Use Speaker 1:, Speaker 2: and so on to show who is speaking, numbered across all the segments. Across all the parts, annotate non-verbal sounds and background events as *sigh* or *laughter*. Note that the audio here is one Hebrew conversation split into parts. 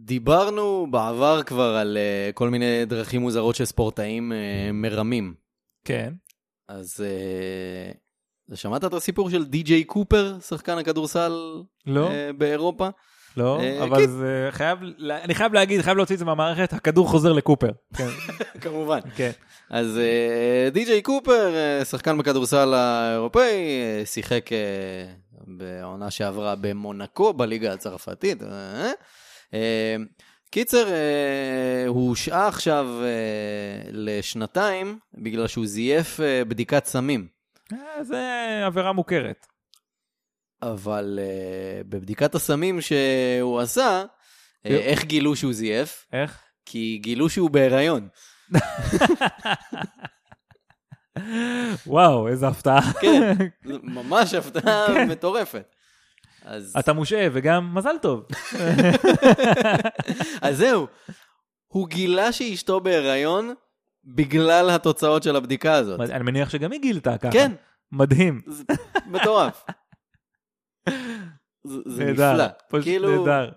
Speaker 1: דיברנו בעבר כבר על אה, כל מיני דרכים מוזרות שספורטאים אה, מרמים.
Speaker 2: כן.
Speaker 1: אז אה, אתה שמעת את הסיפור של די.ג'יי קופר, שחקן הכדורסל
Speaker 2: לא,
Speaker 1: אה, באירופה?
Speaker 2: לא,
Speaker 1: אה,
Speaker 2: אבל
Speaker 1: כן.
Speaker 2: זה חייב, לה- אני חייב להגיד, חייב להוציא את זה מהמערכת, הכדור חוזר
Speaker 1: *laughs*
Speaker 2: לקופר. כן,
Speaker 1: כמובן.
Speaker 2: כן.
Speaker 1: אז אה, די.ג'יי קופר, אה, שחקן בכדורסל האירופאי, אה, שיחק אה, בעונה שעברה במונקו בליגה הצרפתית. אה, אה, קיצר, אה, הוא הושעה עכשיו אה, לשנתיים בגלל שהוא זייף אה, בדיקת סמים.
Speaker 2: אה, זה עבירה מוכרת.
Speaker 1: אבל אה, בבדיקת הסמים שהוא עשה, אה,
Speaker 2: יו.
Speaker 1: איך גילו שהוא זייף?
Speaker 2: איך?
Speaker 1: כי גילו שהוא בהיריון.
Speaker 2: וואו, איזה הפתעה.
Speaker 1: כן, זו ממש הפתעה מטורפת. אז...
Speaker 2: *laughs* אתה מושעה וגם מזל
Speaker 1: *laughs*
Speaker 2: טוב.
Speaker 1: אז זהו, הוא גילה שאשתו בהיריון בגלל התוצאות של הבדיקה הזאת.
Speaker 2: אני מניח שגם היא גילתה ככה.
Speaker 1: כן,
Speaker 2: מדהים.
Speaker 1: זה מטורף. זה זה
Speaker 2: נהדר,
Speaker 1: נפלא.
Speaker 2: פשוט
Speaker 1: כאילו,
Speaker 2: נהדר.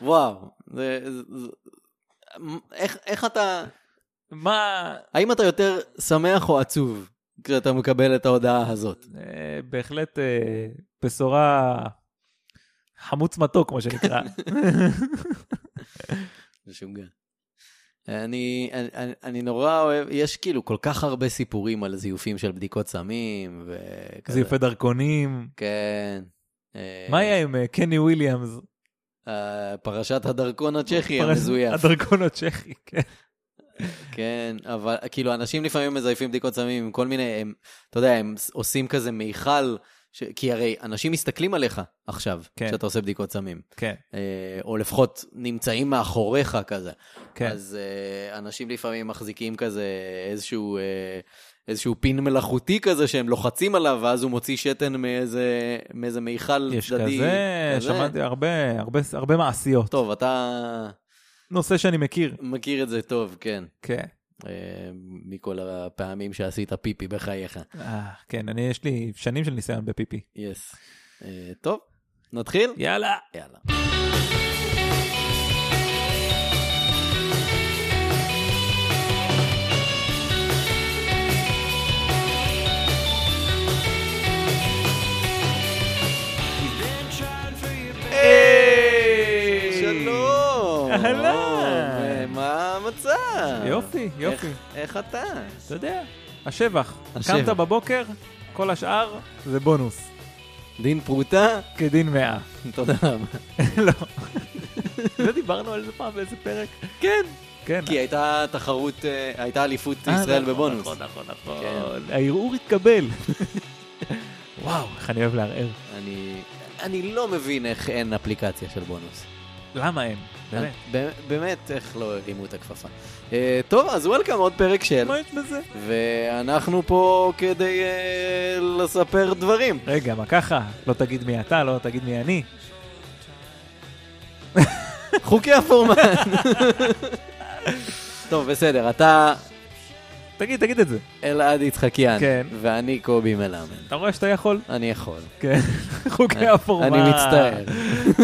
Speaker 1: וואו. זה- זה- זה- איך- איך אתה,
Speaker 2: מה,
Speaker 1: האם אתה יותר שמח או עצוב כשאתה מקבל את ההודעה הזאת?
Speaker 2: אה, בהחלט אה, בשורה חמוץ מתוק, כמו
Speaker 1: *laughs*
Speaker 2: שנקרא.
Speaker 1: כן. משוגע. אני, אני, אני, אני נורא אוהב, יש כאילו כל כך הרבה סיפורים על זיופים של בדיקות סמים וכזה.
Speaker 2: זיופי דרכונים.
Speaker 1: כן. אה,
Speaker 2: מה היה עם אה, קני וויליאמס?
Speaker 1: אה, פרשת הדרכון הצ'כי
Speaker 2: פרס-
Speaker 1: המזויף.
Speaker 2: הדרכון הצ'כי, כן.
Speaker 1: כן, אבל כאילו אנשים לפעמים מזייפים בדיקות סמים עם כל מיני, הם, אתה יודע, הם ס- עושים כזה מיכל, ש... כי הרי אנשים מסתכלים עליך עכשיו,
Speaker 2: כן.
Speaker 1: כשאתה עושה בדיקות סמים,
Speaker 2: כן,
Speaker 1: אה, או לפחות נמצאים מאחוריך כזה.
Speaker 2: כן.
Speaker 1: אז אה, אנשים לפעמים מחזיקים כזה איזשהו... אה, איזשהו פין מלאכותי כזה שהם לוחצים עליו, ואז הוא מוציא שתן מאיזה, מאיזה מיכל
Speaker 2: יש
Speaker 1: צדדי.
Speaker 2: כזה, שמעתי הרבה, הרבה, הרבה מעשיות.
Speaker 1: טוב, אתה
Speaker 2: נושא שאני מכיר.
Speaker 1: מכיר את זה טוב, כן.
Speaker 2: כן.
Speaker 1: אה, מכל הפעמים שעשית פיפי בחייך.
Speaker 2: אה, כן, אני, יש לי שנים של ניסיון בפיפי.
Speaker 1: יס. אה, טוב, נתחיל?
Speaker 2: יאללה.
Speaker 1: יאללה. שלום!
Speaker 2: אהלן.
Speaker 1: אה, מה המצב?
Speaker 2: יופי, יופי.
Speaker 1: איך- איך אתה?
Speaker 2: אתה יודע, השבח.
Speaker 1: השבח.
Speaker 2: קמת בבוקר, כל השאר זה בונוס.
Speaker 1: דין פרוטה? *laughs*
Speaker 2: כדין מאה. *laughs*
Speaker 1: תודה רבה.
Speaker 2: לא. לא דיברנו על זה פעם באיזה פרק?
Speaker 1: כן.
Speaker 2: כן.
Speaker 1: כי הייתה תחרות, אה, הייתה אליפות
Speaker 2: אה,
Speaker 1: ישראל
Speaker 2: נכון,
Speaker 1: בבונוס.
Speaker 2: נכון, נכון, נכון.
Speaker 1: כן.
Speaker 2: הערעור התקבל. *laughs* וואו, איך אני אוהב לערער.
Speaker 1: אני, אני לא מבין איך אין אפליקציה של בונוס.
Speaker 2: למה הם? באמת.
Speaker 1: באמת, באמת איך לא הרימו את הכפפה. אה, טוב, אז וולקאם, עוד פרק של,
Speaker 2: מה יש בזה?
Speaker 1: ואנחנו פה כדי אה, לספר דברים.
Speaker 2: רגע, מה ככה? לא תגיד מי אתה, לא תגיד מי אני.
Speaker 1: חוקי הפורמט. *laughs* טוב, בסדר, אתה
Speaker 2: תגיד, תגיד את זה.
Speaker 1: אלעד יצחקיאן,
Speaker 2: כן.
Speaker 1: ואני קובי מלמד.
Speaker 2: אתה רואה שאתה יכול?
Speaker 1: אני יכול.
Speaker 2: כן. *laughs* חוקי הפורמט.
Speaker 1: אני מצטער.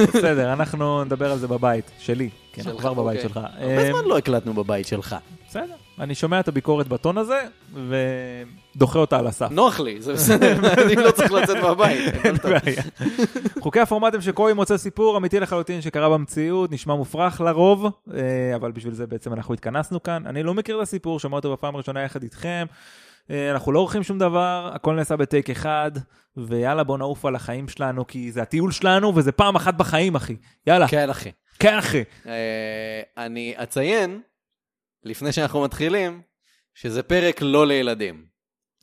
Speaker 2: בסדר, אנחנו נדבר על זה בבית, שלי. כן, אנחנו
Speaker 1: שלך,
Speaker 2: כבר בבית
Speaker 1: אוקיי.
Speaker 2: שלך. אה.
Speaker 1: הרבה
Speaker 2: אמ,
Speaker 1: זמן לא הקלטנו בבית שלך.
Speaker 2: בסדר. אני שומע את הביקורת בטון הזה, ודוחה אותה על הסף.
Speaker 1: נוח לי, זה בסדר, *laughs* אני לא צריך לצאת מהבית.
Speaker 2: *laughs* אין בעיה. חוקי הפורמטים שקובי מוצא סיפור אמיתי לחלוטין שקרה במציאות, נשמע מופרך לרוב, אה, אבל בשביל זה בעצם אנחנו התכנסנו כאן. אני לא מכיר את הסיפור, שמע אותו בפעם הראשונה יחד איתכם. אה, אנחנו לא עורכים שום דבר, הכל נעשה בטייק אחד, ויאללה בוא נעוף על החיים שלנו, כי זה הטיול שלנו וזה פעם אחת בחיים, אחי. יאללה,
Speaker 1: כן, אחי.
Speaker 2: כן אחי.
Speaker 1: אה, אני אציין, לפני שאנחנו מתחילים, שזה פרק לא לילדים.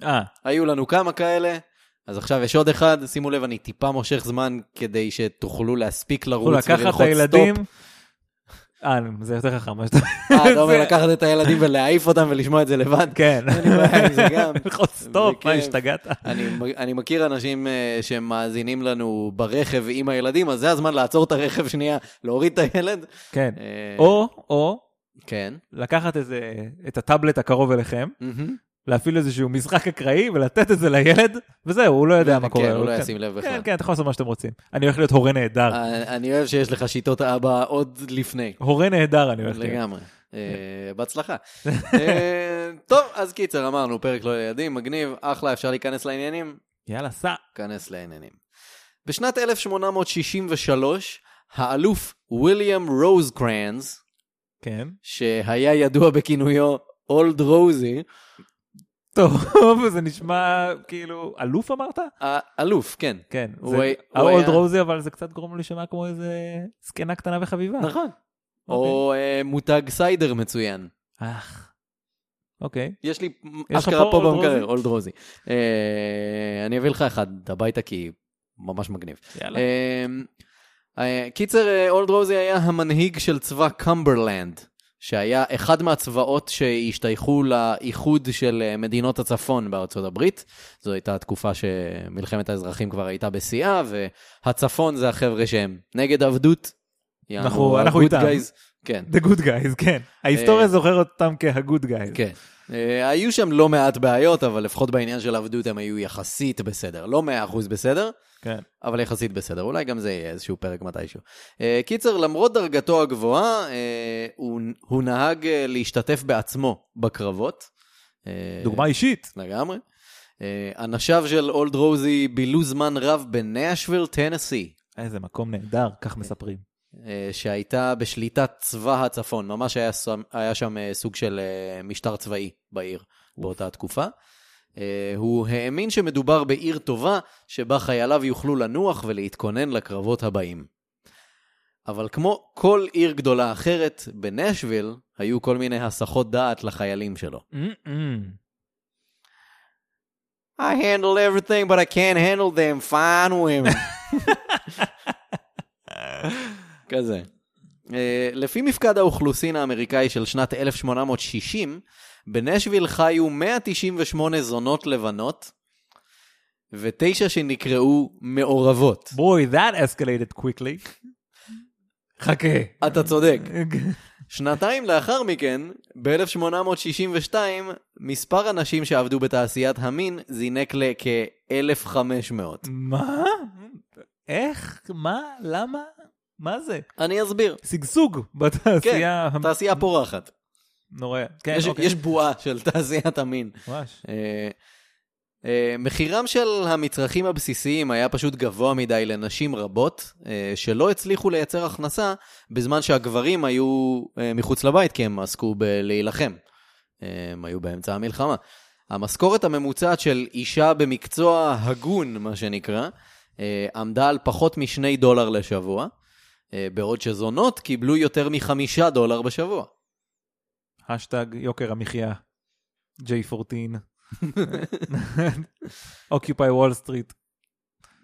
Speaker 2: אה,
Speaker 1: היו לנו כמה כאלה, אז עכשיו יש עוד אחד, שימו לב, אני טיפה מושך זמן כדי שתוכלו להספיק
Speaker 2: הוא
Speaker 1: לרוץ
Speaker 2: לקחת את
Speaker 1: וללחוץ
Speaker 2: הילדים.
Speaker 1: סטופ.
Speaker 2: אה, זה יותר חכם מה שאתה...
Speaker 1: אה, אתה אומר
Speaker 2: *laughs* זה-
Speaker 1: לקחת את הילדים ולהעיף אותם ולשמוע את זה לבד?
Speaker 2: כן.
Speaker 1: אין לי בעיה עם זה
Speaker 2: *laughs*
Speaker 1: גם.
Speaker 2: ללחוץ סטופ, מה
Speaker 1: בכיף.
Speaker 2: השתגעת?
Speaker 1: אני, אני מכיר אנשים uh, שמאזינים לנו ברכב עם הילדים, אז זה הזמן לעצור את הרכב שנייה, להוריד את הילד.
Speaker 2: כן.
Speaker 1: אה,
Speaker 2: או, או,
Speaker 1: כן.
Speaker 2: לקחת איזה, את הטאבלט הקרוב אליכם,
Speaker 1: מהמם.
Speaker 2: להפעיל איזשהו משחק אקראי ולתת את זה לילד, וזהו, הוא לא יודע מה קורה.
Speaker 1: כן, הוא לא
Speaker 2: כן.
Speaker 1: ישים לב בכלל.
Speaker 2: כן, כן, אתה יכול לעשות מה שאתם רוצים. אני הולך להיות הורה נהדר.
Speaker 1: אה, אני אוהב שיש לך שיטות אבא עוד לפני.
Speaker 2: הורה נהדר אני הולך להיות.
Speaker 1: לגמרי. אה,
Speaker 2: כן. *laughs*
Speaker 1: בהצלחה. אה, טוב, אז קיצר, אמרנו, פרק לא לילדים, מגניב, אחלה, אפשר להיכנס לעניינים?
Speaker 2: יאללה, סע.
Speaker 1: כנס לעניינים. בשנת 1863, האלוף ויליאם רוזקרנס,
Speaker 2: כן.
Speaker 1: שהיה ידוע בכינויו אולד רוזי,
Speaker 2: טוב, *laughs* זה נשמע כאילו, אלוף אמרת?
Speaker 1: האלוף, כן.
Speaker 2: כן.
Speaker 1: הוא
Speaker 2: זה-
Speaker 1: היה- הוא
Speaker 2: האולד
Speaker 1: היה-
Speaker 2: רוזי, אבל זה קצת גורם לו להישמע כמו איזה זקנה קטנה וחביבה.
Speaker 1: נכון. או
Speaker 2: אוקיי.
Speaker 1: אה, מותג סיידר מצוין.
Speaker 2: אך. אוקיי.
Speaker 1: יש לי
Speaker 2: יש לך
Speaker 1: אשכרה
Speaker 2: פה
Speaker 1: פה
Speaker 2: אולד
Speaker 1: במקרר,
Speaker 2: רוזי?
Speaker 1: אולד רוזי. אה, אני אביא לך אחד הביתה כי ממש מגניב.
Speaker 2: יאללה.
Speaker 1: אה, אה, קיצר, אה, אולד רוזי היה המנהיג של צבא קמברלנד, שהיה אחד מהצבאות שהשתייכו לאיחוד של אה, מדינות הצפון בארצות הברית. זו הייתה התקופה שמלחמת האזרחים כבר הייתה בשיאה, והצפון זה החבר'ה שהם נגד עבדות. יענו,
Speaker 2: אנחנו- אנחנו
Speaker 1: ה-good
Speaker 2: איתם.
Speaker 1: guys. כן.
Speaker 2: The good guys, כן. ההיסטוריה זוכרת אותם כ-good guys.
Speaker 1: אה, כן. אה, היו שם לא מעט בעיות, אבל לפחות בעניין של עבדות הם היו יחסית בסדר. לא 100% בסדר,
Speaker 2: כן.
Speaker 1: אבל יחסית בסדר. אולי גם זה יהיה איזשהו פרק מתישהו. אה, קיצר, למרות דרגתו הגבוהה, אה, הוא, הוא נהג אה, להשתתף בעצמו בקרבות. אה,
Speaker 2: דוגמה אישית.
Speaker 1: לגמרי. אה, אנשיו של אולד רוזי בילו זמן רב בנאשוויל, טנסי.
Speaker 2: איזה מקום נהדר, כך מספרים.
Speaker 1: אה, שהייתה בשליטת צבא הצפון, ממש היה, שם- היה שם אה, סוג של אה, משטר צבאי בעיר באותה התקופה. אה, הוא האמין שמדובר בעיר טובה, שבה חייליו יוכלו לנוח ולהתכונן לקרבות הבאים. אבל כמו כל עיר גדולה אחרת, בנשוויל היו כל מיני הסחות דעת לחיילים שלו. I handle everything, but I can't handle them fine women. *laughs* כזה. אה, לפי מפקד האוכלוסין האמריקאי של שנת 1860, בנשוויל חיו 198 זונות לבנות ותשע שנקראו מעורבות.
Speaker 2: בוי, that escalated quickly. חכה.
Speaker 1: אתה צודק. שנתיים לאחר מכן, ב-1862, מספר הנשים שעבדו בתעשיית המין זינק לכ-1,500.
Speaker 2: מה? איך? מה? למה? מה זה?
Speaker 1: אני אסביר.
Speaker 2: שגשוג בתעשייה. המ-
Speaker 1: תעשייה פורחת.
Speaker 2: נורא. אמ, כן,
Speaker 1: כן. יש,
Speaker 2: אוקיי.
Speaker 1: יש בועה של *laughs* תעשיית המין.
Speaker 2: ממש.
Speaker 1: אה, אה, מחירם של המצרכים הבסיסיים היה פשוט גבוה מדי לנשים רבות, אה, שלא הצליחו לייצר הכנסה בזמן שהגברים היו אה, מחוץ לבית, כי הם עסקו בלהילחם. אה, הם היו באמצע המלחמה. המשכורת הממוצעת של אישה במקצוע הגון, מה שנקרא, אה, עמדה על פחות משני דולר לשבוע, אה, בעוד שזונות קיבלו יותר מחמישה דולר בשבוע.
Speaker 2: השטג יוקר המחיה.
Speaker 1: *laughs*
Speaker 2: J14. Occupy Wall Street.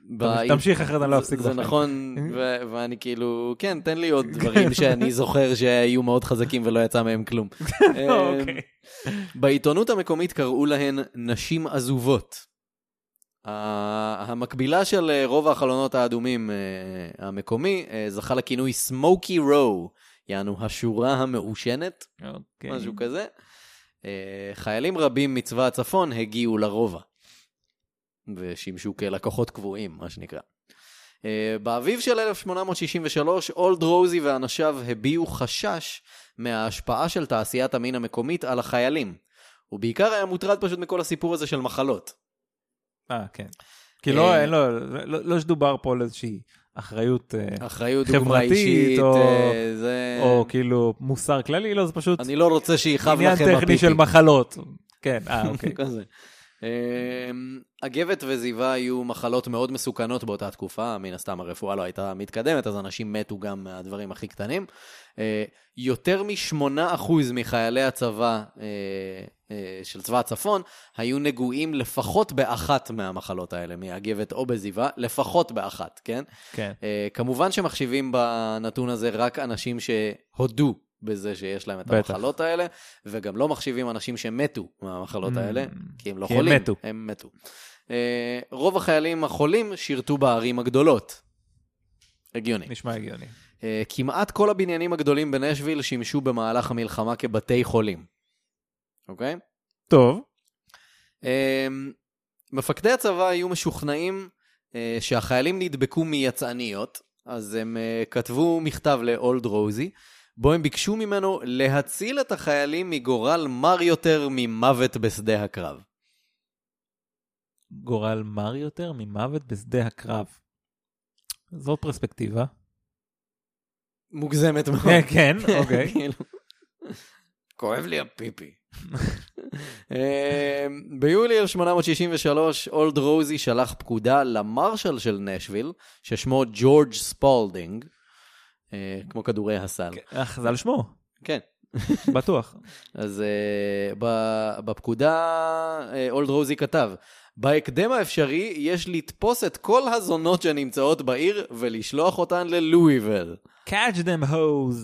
Speaker 1: באינטרנט.
Speaker 2: תמשיך אחרת אני לא אפסיק
Speaker 1: זה
Speaker 2: בחיים.
Speaker 1: נכון, ו- ואני כאילו, כן, תן לי עוד דברים שאני
Speaker 2: *laughs*
Speaker 1: זוכר שהיו מאוד חזקים ולא יצא מהם כלום.
Speaker 2: אה,
Speaker 1: אה,
Speaker 2: *laughs* אוקיי.
Speaker 1: בעיתונות המקומית קראו להן נשים עזובות. ה- המקבילה של אה, רוב החלונות האדומים אה, המקומי אה, זכה לכינוי סמוקי רו, יענו השורה המעושנת,
Speaker 2: אוקיי.
Speaker 1: משהו כזה. אה, חיילים רבים מצבא הצפון הגיעו לרובע, ושימשו כלקוחות קבועים, מה שנקרא. אה, באביב של 1863, אולד רוזי ואנשיו הביעו חשש מההשפעה של תעשיית המין המקומית על החיילים. הוא בעיקר היה מוטרד פשוט מכל הסיפור הזה של מחלות.
Speaker 2: אה, כן. כי
Speaker 1: אה,
Speaker 2: לא, אין לו, לא לא שדובר פה על איזושהי אחריות, אה,
Speaker 1: אחריות דוגמה
Speaker 2: חברתית,
Speaker 1: אישית,
Speaker 2: או-
Speaker 1: אה, זה...
Speaker 2: או כאילו מוסר כללי, לא, זה פשוט
Speaker 1: אני לא רוצה שיכאב לכם
Speaker 2: עניין
Speaker 1: הפיפי.
Speaker 2: טכני של מחלות. כן,
Speaker 1: *laughs*
Speaker 2: אה, אוקיי.
Speaker 1: כזה. אמ, אגבת וזיבה היו מחלות מאוד מסוכנות באותה תקופה, מן הסתם הרפואה לא הייתה מתקדמת, אז אנשים מתו גם מהדברים הכי קטנים. אה, יותר מ-8% מחיילי הצבא אה, אה, של צבא הצפון היו נגועים לפחות באחת מהמחלות האלה, מאגבת או בזיבה, לפחות באחת, כן?
Speaker 2: כן.
Speaker 1: אה, כמובן שמחשיבים בנתון הזה רק אנשים שהודו בזה שיש להם את
Speaker 2: בטח.
Speaker 1: המחלות האלה, וגם לא מחשיבים אנשים שמתו מהמחלות
Speaker 2: Mm,
Speaker 1: האלה, כי הם לא
Speaker 2: כי הם
Speaker 1: חולים.
Speaker 2: מתו.
Speaker 1: הם מתו. אה, רוב החיילים החולים שירתו בערים הגדולות. הגיוני.
Speaker 2: נשמע הגיוני.
Speaker 1: אה, כמעט כל הבניינים הגדולים בנשוויל שימשו במהלך המלחמה כבתי חולים. אוקיי?
Speaker 2: טוב,
Speaker 1: אה, מפקדי הצבא היו משוכנעים אה, שהחיילים נדבקו מיצאניות, אז הם אה, כתבו מכתב לאולד רוזי, בו הם ביקשו ממנו להציל את החיילים מגורל מר יותר ממוות בשדה הקרב.
Speaker 2: גורל מר יותר ממוות בשדה הקרב. זו
Speaker 1: *laughs*
Speaker 2: פרספקטיבה.
Speaker 1: אוקיי. מוגזמת מאוד.
Speaker 2: אה, כן, אוקיי.
Speaker 1: *laughs* כאילו. כואב לי *laughs* הפיפי. אה, ביולי 1863, אולד רוזי שלח פקודה למרשל של נשוויל, ששמו ג'ורג' ספולדינג, אה, כמו כדורי הסל.
Speaker 2: אך, זה על שמו,
Speaker 1: כן.
Speaker 2: בטוח.
Speaker 1: אז אה, ב- בפקודה אה, אולד רוזי כתב, בהקדם האפשרי יש לתפוס את כל הזונות שנמצאות בעיר ולשלוח אותן ללואיבל.
Speaker 2: catch them hoes.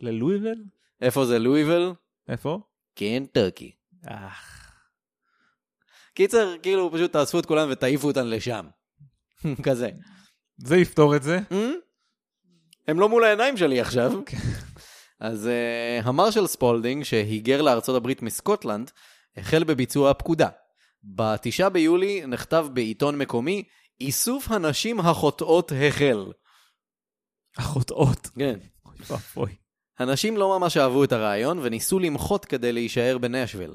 Speaker 2: ללואיבל?
Speaker 1: איפה זה לואיבל?
Speaker 2: איפה?
Speaker 1: קנטקי.
Speaker 2: אך.
Speaker 1: קיצר, כאילו, פשוט תאספו את כולם ותעיפו אותן לשם. *laughs* כזה.
Speaker 2: זה יפתור את זה.
Speaker 1: "אמ? הם לא מול העיניים שלי עכשיו. אז uh, המרשל ספולדינג, שהיגר לארצות הברית מסקוטלנד, החל בביצוע הפקודה. ב-9 ביולי נכתב בעיתון מקומי, איסוף הנשים החוטאות החל.
Speaker 2: החוטאות.
Speaker 1: כן.
Speaker 2: אוי ואבוי.
Speaker 1: הנשים לא ממש אהבו את הרעיון וניסו למחות כדי להישאר בנשוויל.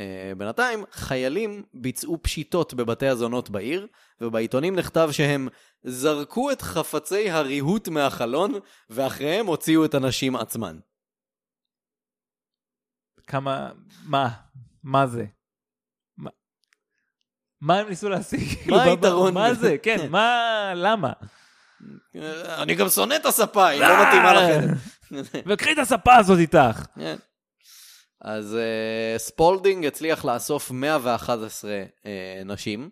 Speaker 1: אה, בינתיים, חיילים ביצעו פשיטות בבתי הזונות בעיר, ובעיתונים נכתב שהם זרקו את חפצי הריהוט מהחלון, ואחריהם הוציאו את הנשים עצמן.
Speaker 2: כמה... מה? מה זה? מה- מה הם ניסו להשיג? כאילו,
Speaker 1: היתרון?
Speaker 2: מה זה?
Speaker 1: *laughs*
Speaker 2: כן, מה... למה?
Speaker 1: אה, אני גם שונא את הספה, היא לא מתאימה לכם.
Speaker 2: וקחי את הספה הזאת איתך.
Speaker 1: כן. אז אה, ספולדינג הצליח לאסוף 111 אה, נשים,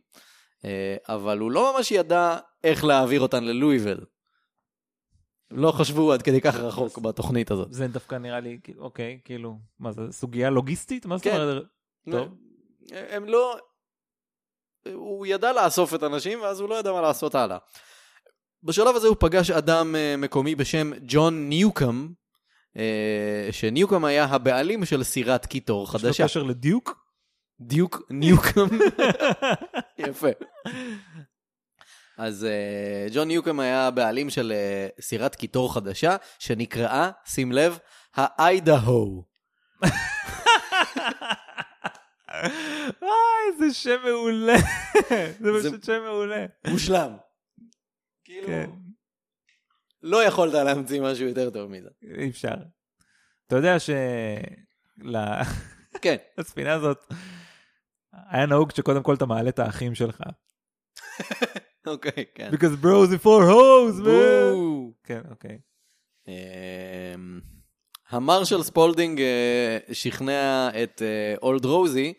Speaker 1: אה, אבל הוא לא ממש ידע איך להעביר אותן ללואיבל. לא חשבו עד כדי כך רחוק בתוכנית הזאת.
Speaker 2: זה דווקא נראה לי, כאילו, אוקיי, כאילו, מה זה, סוגיה לוגיסטית? מה זאת
Speaker 1: כן.
Speaker 2: אומרת? טוב.
Speaker 1: הם לא... הוא ידע לאסוף את הנשים, ואז הוא לא ידע מה לעשות הלאה. בשלב הזה הוא פגש אדם אה, מקומי בשם ג'ון ניוקם, אה, שניוקם היה הבעלים של סירת קיטור
Speaker 2: יש לו
Speaker 1: חדשה.
Speaker 2: קשר לדיוק?
Speaker 1: דיוק ניוקם. *laughs* יפה. אז אה, ג'ון ניוקם היה הבעלים של אה, סירת קיטור חדשה, שנקראה, שים לב, האיידהו.
Speaker 2: וואי, אה, איזה שם מעולה. *laughs* זה
Speaker 1: זה-
Speaker 2: פשוט שם מעולה.
Speaker 1: מושלם. כאילו,
Speaker 2: כן,
Speaker 1: לא יכולת להמציא משהו יותר טוב מזה.
Speaker 2: אי אפשר. אתה יודע ש... ל- *laughs*
Speaker 1: כן.
Speaker 2: הספינה הזאת, היה נהוג שקודם כל אתה מעלה את האחים שלך.
Speaker 1: אוקיי, כן.
Speaker 2: Because bros are four hoes, man.
Speaker 1: בואו.
Speaker 2: כן, אוקיי.
Speaker 1: אמ, המרשל ספולדינג אה, שכנע את אה, אולד רוזי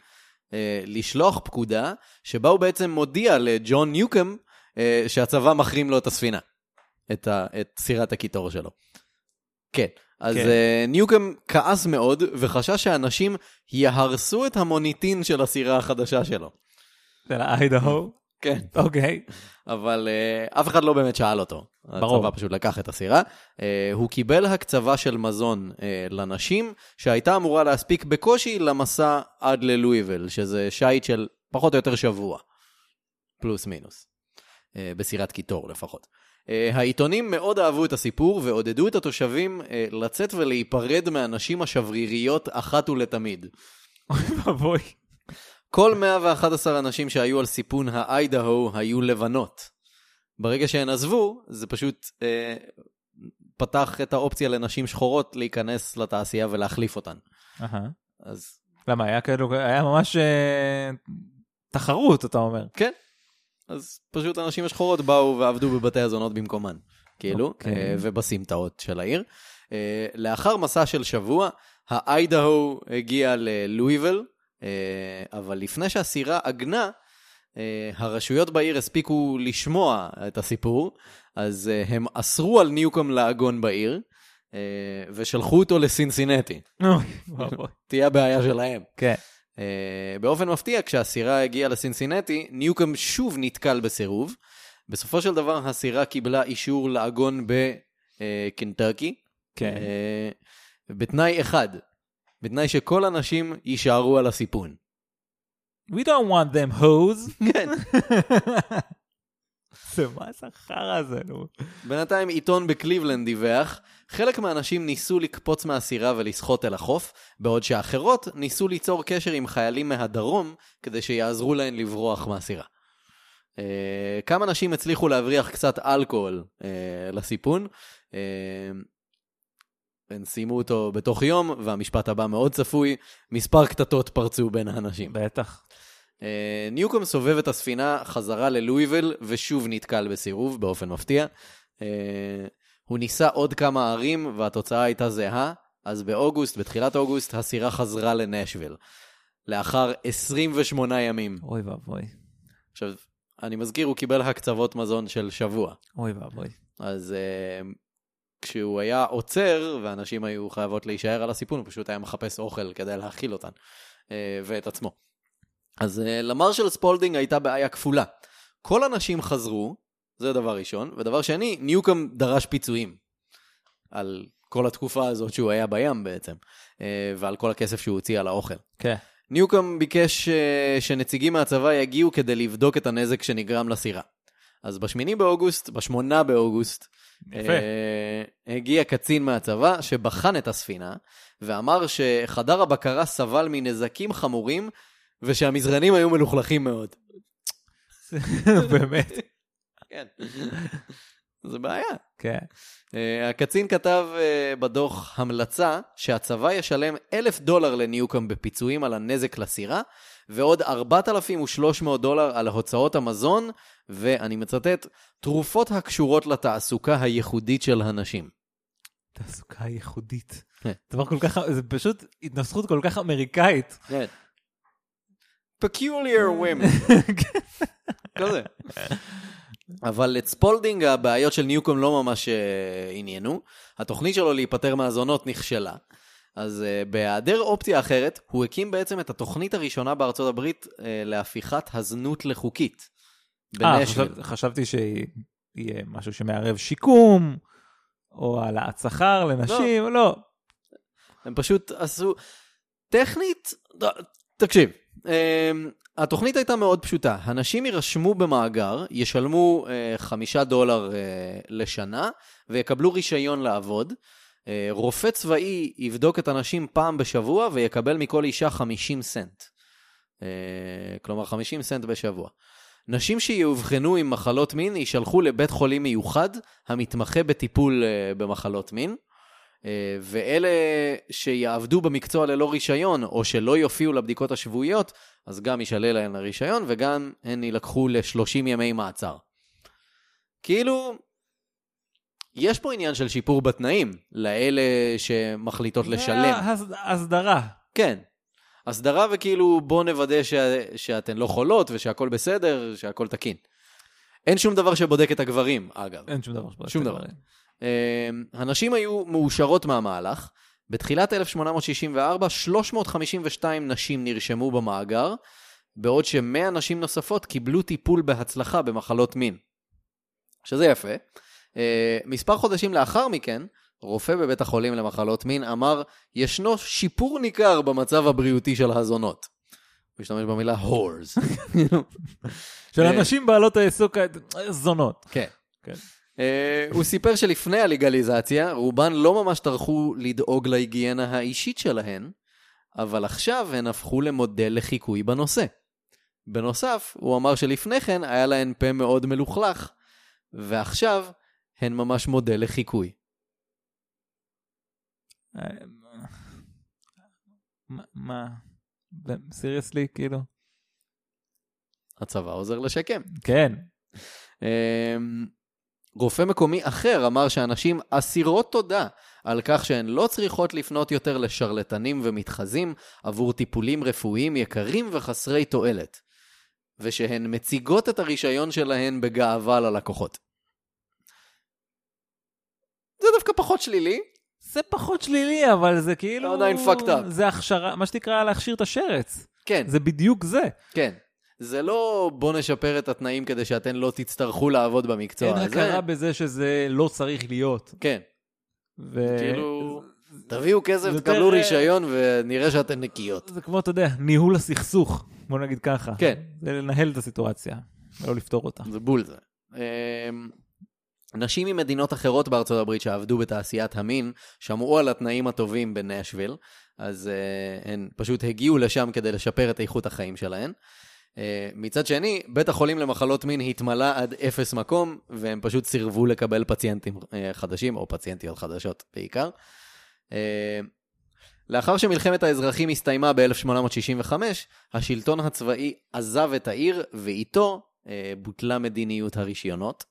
Speaker 1: אה, לשלוח פקודה שבה הוא בעצם מודיע לג'ון ניוקם אה, שהצבא מחרים לו את הספינה, את, ה, את סירת הקיטור שלו. כן, אז
Speaker 2: כן.
Speaker 1: אה, ניוקם כעס מאוד וחשש שהאנשים יהרסו את המוניטין של הסירה החדשה שלו.
Speaker 2: זה לאיידהו.
Speaker 1: כן.
Speaker 2: *laughs* אוקיי.
Speaker 1: אבל אה, אף אחד לא באמת שאל אותו.
Speaker 2: ברור.
Speaker 1: הצבא פשוט לקח את הסירה. אה, הוא קיבל הקצבה של מזון אה, לנשים, שהייתה אמורה להספיק בקושי למסע עד ללואיבל, שזה שיט של פחות או יותר שבוע. פלוס מינוס. אה, בסירת קיטור לפחות. אה, העיתונים מאוד אהבו את הסיפור ועודדו את התושבים אה, לצאת ולהיפרד מהנשים השבריריות אחת ולתמיד.
Speaker 2: אוי ואבוי.
Speaker 1: כל 111 הנשים שהיו על סיפון האיידהו היו לבנות. ברגע שהן עזבו, זה פשוט אה, פתח את האופציה לנשים שחורות להיכנס לתעשייה ולהחליף אותן.
Speaker 2: אהה.
Speaker 1: אז
Speaker 2: Uh-huh. למה, היה כאילו, היה ממש אה, תחרות, אתה אומר.
Speaker 1: כן, אז פשוט הנשים השחורות באו ועבדו בבתי הזונות במקומן, כאילו, okay.
Speaker 2: אוקיי.
Speaker 1: ובסמטאות של העיר. אה, לאחר מסע של שבוע, האיידהו הגיע ללואיבל, אה, אבל לפני שהסירה עגנה, אה, הרשויות בעיר הספיקו לשמוע את הסיפור, אז אה, הם אסרו על ניוקם לעגון בעיר, אה, ושלחו אותו לסינסינטי.
Speaker 2: *laughs* אוי ואבוי.
Speaker 1: תהיה הבעיה שלהם.
Speaker 2: כן.
Speaker 1: אה, באופן מפתיע, כשהסירה הגיעה לסינסינטי, ניוקם שוב נתקל בסירוב. בסופו של דבר, הסירה קיבלה אישור לעגון אה, בקנטקי,
Speaker 2: כן.
Speaker 1: אה, בתנאי אחד, בתנאי שכל הנשים יישארו על הסיפון.
Speaker 2: We don't want them *laughs* hoes.
Speaker 1: כן.
Speaker 2: זה מה זה החרא הזה, נו.
Speaker 1: בינתיים עיתון בקליבלנד דיווח, חלק מהאנשים ניסו לקפוץ מהסירה ולסחוט אל החוף, בעוד שאחרות ניסו ליצור קשר עם חיילים מהדרום כדי שיעזרו להן לברוח מהסירה. אה, כמה נשים הצליחו להבריח קצת אלכוהול אה, לסיפון. אה, הם סיימו אותו בתוך יום, והמשפט הבא מאוד צפוי, מספר קטטות פרצו בין האנשים.
Speaker 2: בטח.
Speaker 1: אה, ניוקום סובב את הספינה חזרה ללואיבל ושוב נתקל בסירוב באופן מפתיע. אה, הוא ניסה עוד כמה ערים והתוצאה הייתה זהה, אז באוגוסט, בתחילת אוגוסט, הסירה חזרה לנשוויל. לאחר 28 ימים.
Speaker 2: אוי ואבוי.
Speaker 1: עכשיו, אני מזכיר, הוא קיבל הקצוות מזון של שבוע.
Speaker 2: אוי ואבוי.
Speaker 1: אז אה, כשהוא היה עוצר, ואנשים היו חייבות להישאר על הסיפון, הוא פשוט היה מחפש אוכל כדי להאכיל אותן, אה, ואת עצמו. אז אה, למרשל ספולדינג הייתה בעיה כפולה. כל הנשים חזרו, זה דבר ראשון, ודבר שני, ניוקם דרש פיצויים. על כל התקופה הזאת שהוא היה בים בעצם, אה, ועל כל הכסף שהוא הוציא על האוכל.
Speaker 2: כן.
Speaker 1: ניוקאם ביקש אה, שנציגים מהצבא יגיעו כדי לבדוק את הנזק שנגרם לסירה. אז בשמיני באוגוסט, בשמונה באוגוסט,
Speaker 2: יפה.
Speaker 1: אה, הגיע קצין מהצבא שבחן את הספינה, ואמר שחדר הבקרה סבל מנזקים חמורים, ושהמזרנים היו מלוכלכים מאוד.
Speaker 2: *laughs* באמת.
Speaker 1: כן. *laughs* זה בעיה.
Speaker 2: כן.
Speaker 1: אה, הקצין כתב אה, בדוח המלצה שהצבא ישלם אלף דולר לניוקם בפיצויים על הנזק לסירה, ועוד 4,300 דולר על הוצאות המזון, ואני מצטט, תרופות הקשורות לתעסוקה הייחודית של הנשים.
Speaker 2: תעסוקה ייחודית.
Speaker 1: כן.
Speaker 2: דבר כל כך, זה פשוט התנסחות כל כך אמריקאית.
Speaker 1: כן. Peculiar women. *laughs* כזה. אבל את ספולדינג הבעיות של ניוקום לא ממש אה, עניינו. התוכנית שלו להיפטר מהזונות נכשלה. אז אה, בהיעדר אופציה אחרת, הוא הקים בעצם את התוכנית הראשונה בארצות הברית אה, להפיכת הזנות לחוקית.
Speaker 2: אה,
Speaker 1: בנשוויל.
Speaker 2: חשב- חשבתי שיהיה משהו שמערב שיקום, או העלאת שכר לנשים, לא.
Speaker 1: הם פשוט עשו... טכנית, ד- תקשיב, אמ, התוכנית הייתה מאוד פשוטה. הנשים יירשמו במאגר, ישלמו אה, חמישה דולר אה, לשנה, ויקבלו רישיון לעבוד. אה, רופא צבאי יבדוק את הנשים פעם בשבוע ויקבל מכל אישה 50 סנט. אה, כלומר, 50 סנט בשבוע. נשים שיאובחנו עם מחלות מין יישלחו לבית חולים מיוחד המתמחה בטיפול אה, במחלות מין. אה, ואלה שיעבדו במקצוע ללא רישיון, או שלא יופיעו לבדיקות השבועיות, אז גם יישלל להן הרישיון, וגם הן יילקחו ל-30 ימי מעצר. כאילו, יש פה עניין של שיפור בתנאים, לאלה שמחליטות לשלם.
Speaker 2: זה אה, הס- הסדרה.
Speaker 1: כן. הסדרה וכאילו בוא נוודא ש... שאתן לא חולות ושהכול בסדר, שהכול תקין. אין שום דבר שבודק את הגברים, אגב.
Speaker 2: אין שום דבר שבא.
Speaker 1: שום דבר. אמ, הנשים היו מאושרות מהמהלך. בתחילת 1864, 352 נשים נרשמו במאגר, בעוד ש-100 נשים נוספות קיבלו טיפול בהצלחה במחלות מין. שזה יפה. אה, מספר חודשים לאחר מכן, רופא בבית החולים למחלות מין אמר, ישנו שיפור ניכר במצב הבריאותי של הזונות. הוא השתמש במילה הורס.
Speaker 2: של
Speaker 1: אה.
Speaker 2: אנשים בעלות העיסוק, זונות.
Speaker 1: כן.
Speaker 2: כן.
Speaker 1: אה, הוא סיפר שלפני הלגליזציה, רובן לא ממש טרחו לדאוג להיגיינה האישית שלהן, אבל עכשיו הן הפכו למודל לחיקוי בנושא. בנוסף, הוא אמר שלפני כן היה להן פה מאוד מלוכלך, ועכשיו הן ממש מודל לחיקוי.
Speaker 2: אה, מה- מה? סיריוסלי, כאילו?
Speaker 1: הצבא עוזר לשקם.
Speaker 2: כן.
Speaker 1: אמ, רופא מקומי אחר אמר שהנשים אסירות תודה על כך שהן לא צריכות לפנות יותר לשרלטנים ומתחזים עבור טיפולים רפואיים יקרים וחסרי תועלת, ושהן מציגות את הרישיון שלהן בגאווה ללקוחות. זה דווקא פחות שלילי,
Speaker 2: זה פחות שלילי, אבל זה כאילו...
Speaker 1: לא, עדיין fucked up.
Speaker 2: זה הכשרה, מה שנקרא להכשיר את השרץ.
Speaker 1: כן,
Speaker 2: זה בדיוק זה.
Speaker 1: כן. זה לא בוא נשפר את התנאים כדי שאתן לא תצטרכו לעבוד במקצוע
Speaker 2: אין
Speaker 1: הזה.
Speaker 2: הכרה בזה שזה לא צריך להיות.
Speaker 1: כן.
Speaker 2: ו-
Speaker 3: כאילו,
Speaker 1: תביאו כסף,
Speaker 2: יותר,
Speaker 1: תקבלו
Speaker 2: אה,
Speaker 1: רישיון ונראה שאתן נקיות.
Speaker 2: זה כמו, אתה יודע, ניהול הסכסוך, בוא נגיד ככה.
Speaker 1: כן.
Speaker 2: זה לנהל את הסיטואציה, לא לפתור אותה.
Speaker 1: זה בול זה. אמ, נשים ממדינות אחרות בארצות הברית שעבדו בתעשיית המין, שמעו על התנאים הטובים בנשוויל, אז אה, הן פשוט הגיעו לשם כדי לשפר את איכות החיים שלהן. אה, מצד שני, בית החולים למחלות מין התמלא עד אפס מקום, והם פשוט סירבו לקבל פציינטים אה, חדשים, או פציינטיות חדשות בעיקר. אה, לאחר שמלחמת האזרחים הסתיימה ב-1865, השלטון הצבאי עזב את העיר, ואיתו אה, בוטלה מדיניות הרישיונות.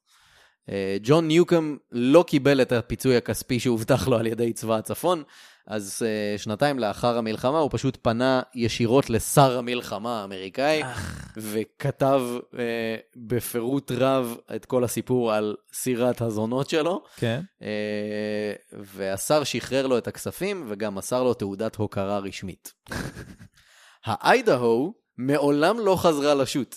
Speaker 1: אה, ג'ון ניוקם לא קיבל את הפיצוי הכספי שהובטח לו על ידי צבא הצפון, אז אה, שנתיים לאחר המלחמה הוא פשוט פנה ישירות לשר המלחמה האמריקאי,
Speaker 2: אה.
Speaker 1: וכתב אה, בפירוט רב את כל הסיפור על סירת הזונות שלו.
Speaker 2: כן.
Speaker 1: אה, והשר שחרר לו את הכספים וגם מסר לו תעודת הוקרה רשמית. *laughs* האיידהו מעולם לא חזרה לשוט.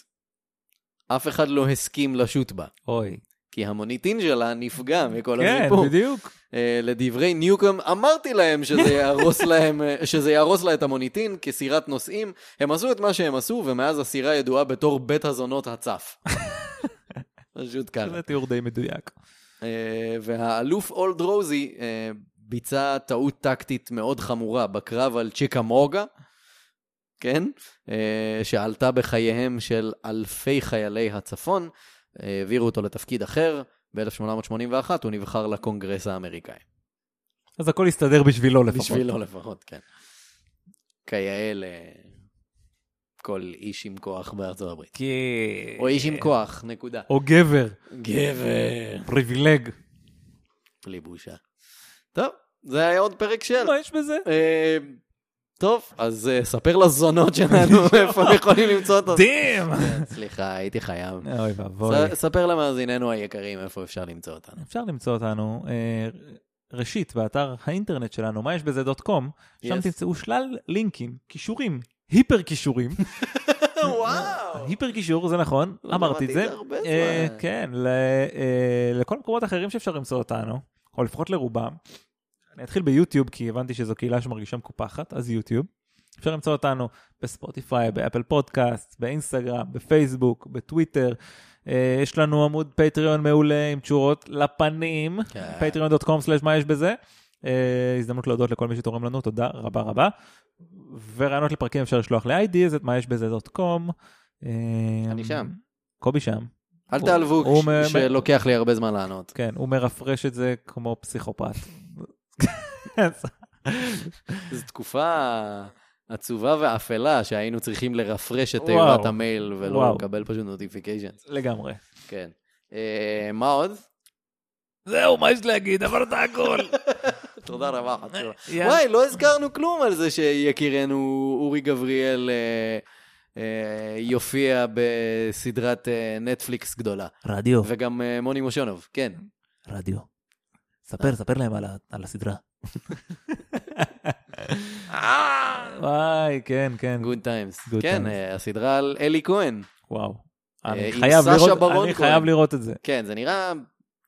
Speaker 1: אף אחד לא הסכים לשוט בה,
Speaker 2: אוי.
Speaker 1: כי המוניטין שלה נפגע מכל
Speaker 2: כן,
Speaker 1: הסיפור.
Speaker 2: בדיוק.
Speaker 1: אה, לדברי ניוקם, אמרתי להם
Speaker 2: *laughs*
Speaker 1: שזה יהרוס להם, אה, שזה יהרוס לה את המוניטין כסירת נוסעים. הם עשו את מה שהם עשו, ומאז הסירה ידועה בתור בית הזונות
Speaker 2: *laughs*
Speaker 1: הצף. פשוט ככה.
Speaker 2: זה תיאור די מדויק.
Speaker 1: אה, והאלוף אולד רוזי אה, ביצע טעות טקטית מאוד חמורה בקרב על צ'יקמוגה, כן? אה, שעלתה בחייהם של אלפי חיילי הצפון, אה, העבירו אותו לתפקיד אחר, ב-1881 הוא נבחר לקונגרס האמריקאי.
Speaker 2: אז הכל יסתדר בשבילו לפחות.
Speaker 1: בשבילו לפחות, כן. כיאה לכל איש עם כוח בארצות הברית.
Speaker 2: כי...
Speaker 1: או איש
Speaker 2: אה,
Speaker 1: עם כוח, נקודה.
Speaker 2: או גבר,
Speaker 1: גבר.
Speaker 2: פריבילג.
Speaker 1: בלי בושה. טוב, זה היה עוד פרק של...
Speaker 2: מה יש בזה?
Speaker 1: אה, טוב, אז אה, ספר לזונות שלנו
Speaker 2: *laughs*
Speaker 1: איפה הם יכולים למצוא אותנו.
Speaker 2: דים!
Speaker 1: אה, סליחה, הייתי חייב.
Speaker 2: אוי ואבוי.
Speaker 1: ס- ספר למאזיננו היקרים איפה אפשר למצוא אותנו.
Speaker 2: אפשר למצוא אותנו, אה, ראשית, באתר האינטרנט שלנו, מה יש בזה דוט קום, שם
Speaker 1: Yes.
Speaker 2: תמצאו שלל לינקים, כישורים,
Speaker 1: *laughs*
Speaker 2: היפר כישורים.
Speaker 1: *laughs* וואו!
Speaker 2: היפר קישור, זה נכון,
Speaker 1: לא
Speaker 2: אמרתי את
Speaker 1: למדתי
Speaker 2: זה.
Speaker 1: את זה הרבה
Speaker 2: אה,
Speaker 1: זמן.
Speaker 2: כן, ל- אה, לכל מקומות אחרים שאפשר למצוא אותנו, או לפחות לרובם. אני אתחיל ביוטיוב, כי הבנתי שזו קהילה שמרגישה מקופחת, אז יוטיוב. אפשר למצוא אותנו בספוטיפיי, באפל פודקאסט, באינסטגרם, בפייסבוק, בטוויטר. אה, יש לנו עמוד פטריון מעולה עם תשורות לפנים,
Speaker 1: כן.
Speaker 2: patreon.com/ מה יש בזה. אה, הזדמנות להודות לכל מי שתורם לנו, תודה רבה רבה. ורעיונות לפרקים אפשר לשלוח ל-IDs, את מה יש בזה דוט קום. אה,
Speaker 1: אני שם.
Speaker 2: קובי שם,
Speaker 1: אל
Speaker 2: הוא-
Speaker 1: תעלבו
Speaker 2: הוא
Speaker 1: כש-
Speaker 2: מ-
Speaker 1: שלוקח לי הרבה זמן לענות.
Speaker 2: כן, הוא מרפרש את זה כמו פסיכופת.
Speaker 1: זו תקופה עצובה ואפלה שהיינו צריכים לרפרש את
Speaker 2: וואו.
Speaker 1: תיבת המייל ולא
Speaker 2: וואו.
Speaker 1: לקבל פשוט נוטיפיקיישן.
Speaker 2: לגמרי.
Speaker 1: כן. אה, מה עוד?
Speaker 2: זהו, מה יש להגיד? אמרת הכל. *laughs*
Speaker 1: תודה רבה, חצובה.
Speaker 2: יאללה.
Speaker 1: וואי, לא הזכרנו כלום על זה שיקירנו אורי גבריאל אה, אה, יופיע בסדרת אה, נטפליקס גדולה.
Speaker 2: רדיו,
Speaker 1: וגם אה, מוני מושונוב, כן.
Speaker 2: רדיו. ספר, ספר להם על ה- על הסדרה. וואי, כן, כן.
Speaker 1: Good times.
Speaker 2: אה! Good
Speaker 1: כן,
Speaker 2: times.
Speaker 1: אה, הסדרה על אלי כהן.
Speaker 2: וואו.
Speaker 1: אה,
Speaker 2: אני
Speaker 1: עם
Speaker 2: חייב
Speaker 1: סשה
Speaker 2: לראות-
Speaker 1: ברון
Speaker 2: אני
Speaker 1: כהן.
Speaker 2: חייב לראות את זה.
Speaker 1: כן, זה נראה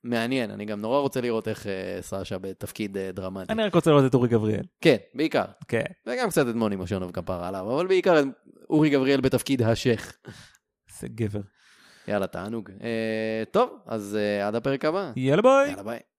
Speaker 1: מעניין, אני גם נורא רוצה לראות איך אה, סשה בתפקיד אה, דרמטי.
Speaker 2: אני רק רוצה לראות את אורי גבריאל.
Speaker 1: כן, בעיקר.
Speaker 2: כן.
Speaker 1: וגם קצת את מוני מושונוב כפרה עליו, אבל בעיקר את אורי גבריאל בתפקיד השייח.
Speaker 2: זה גבר.
Speaker 1: יאללה, תענוג. אה, טוב, אז אה, עד הפרק הבא.
Speaker 2: יאללה ביי.
Speaker 1: יאללה, ביי.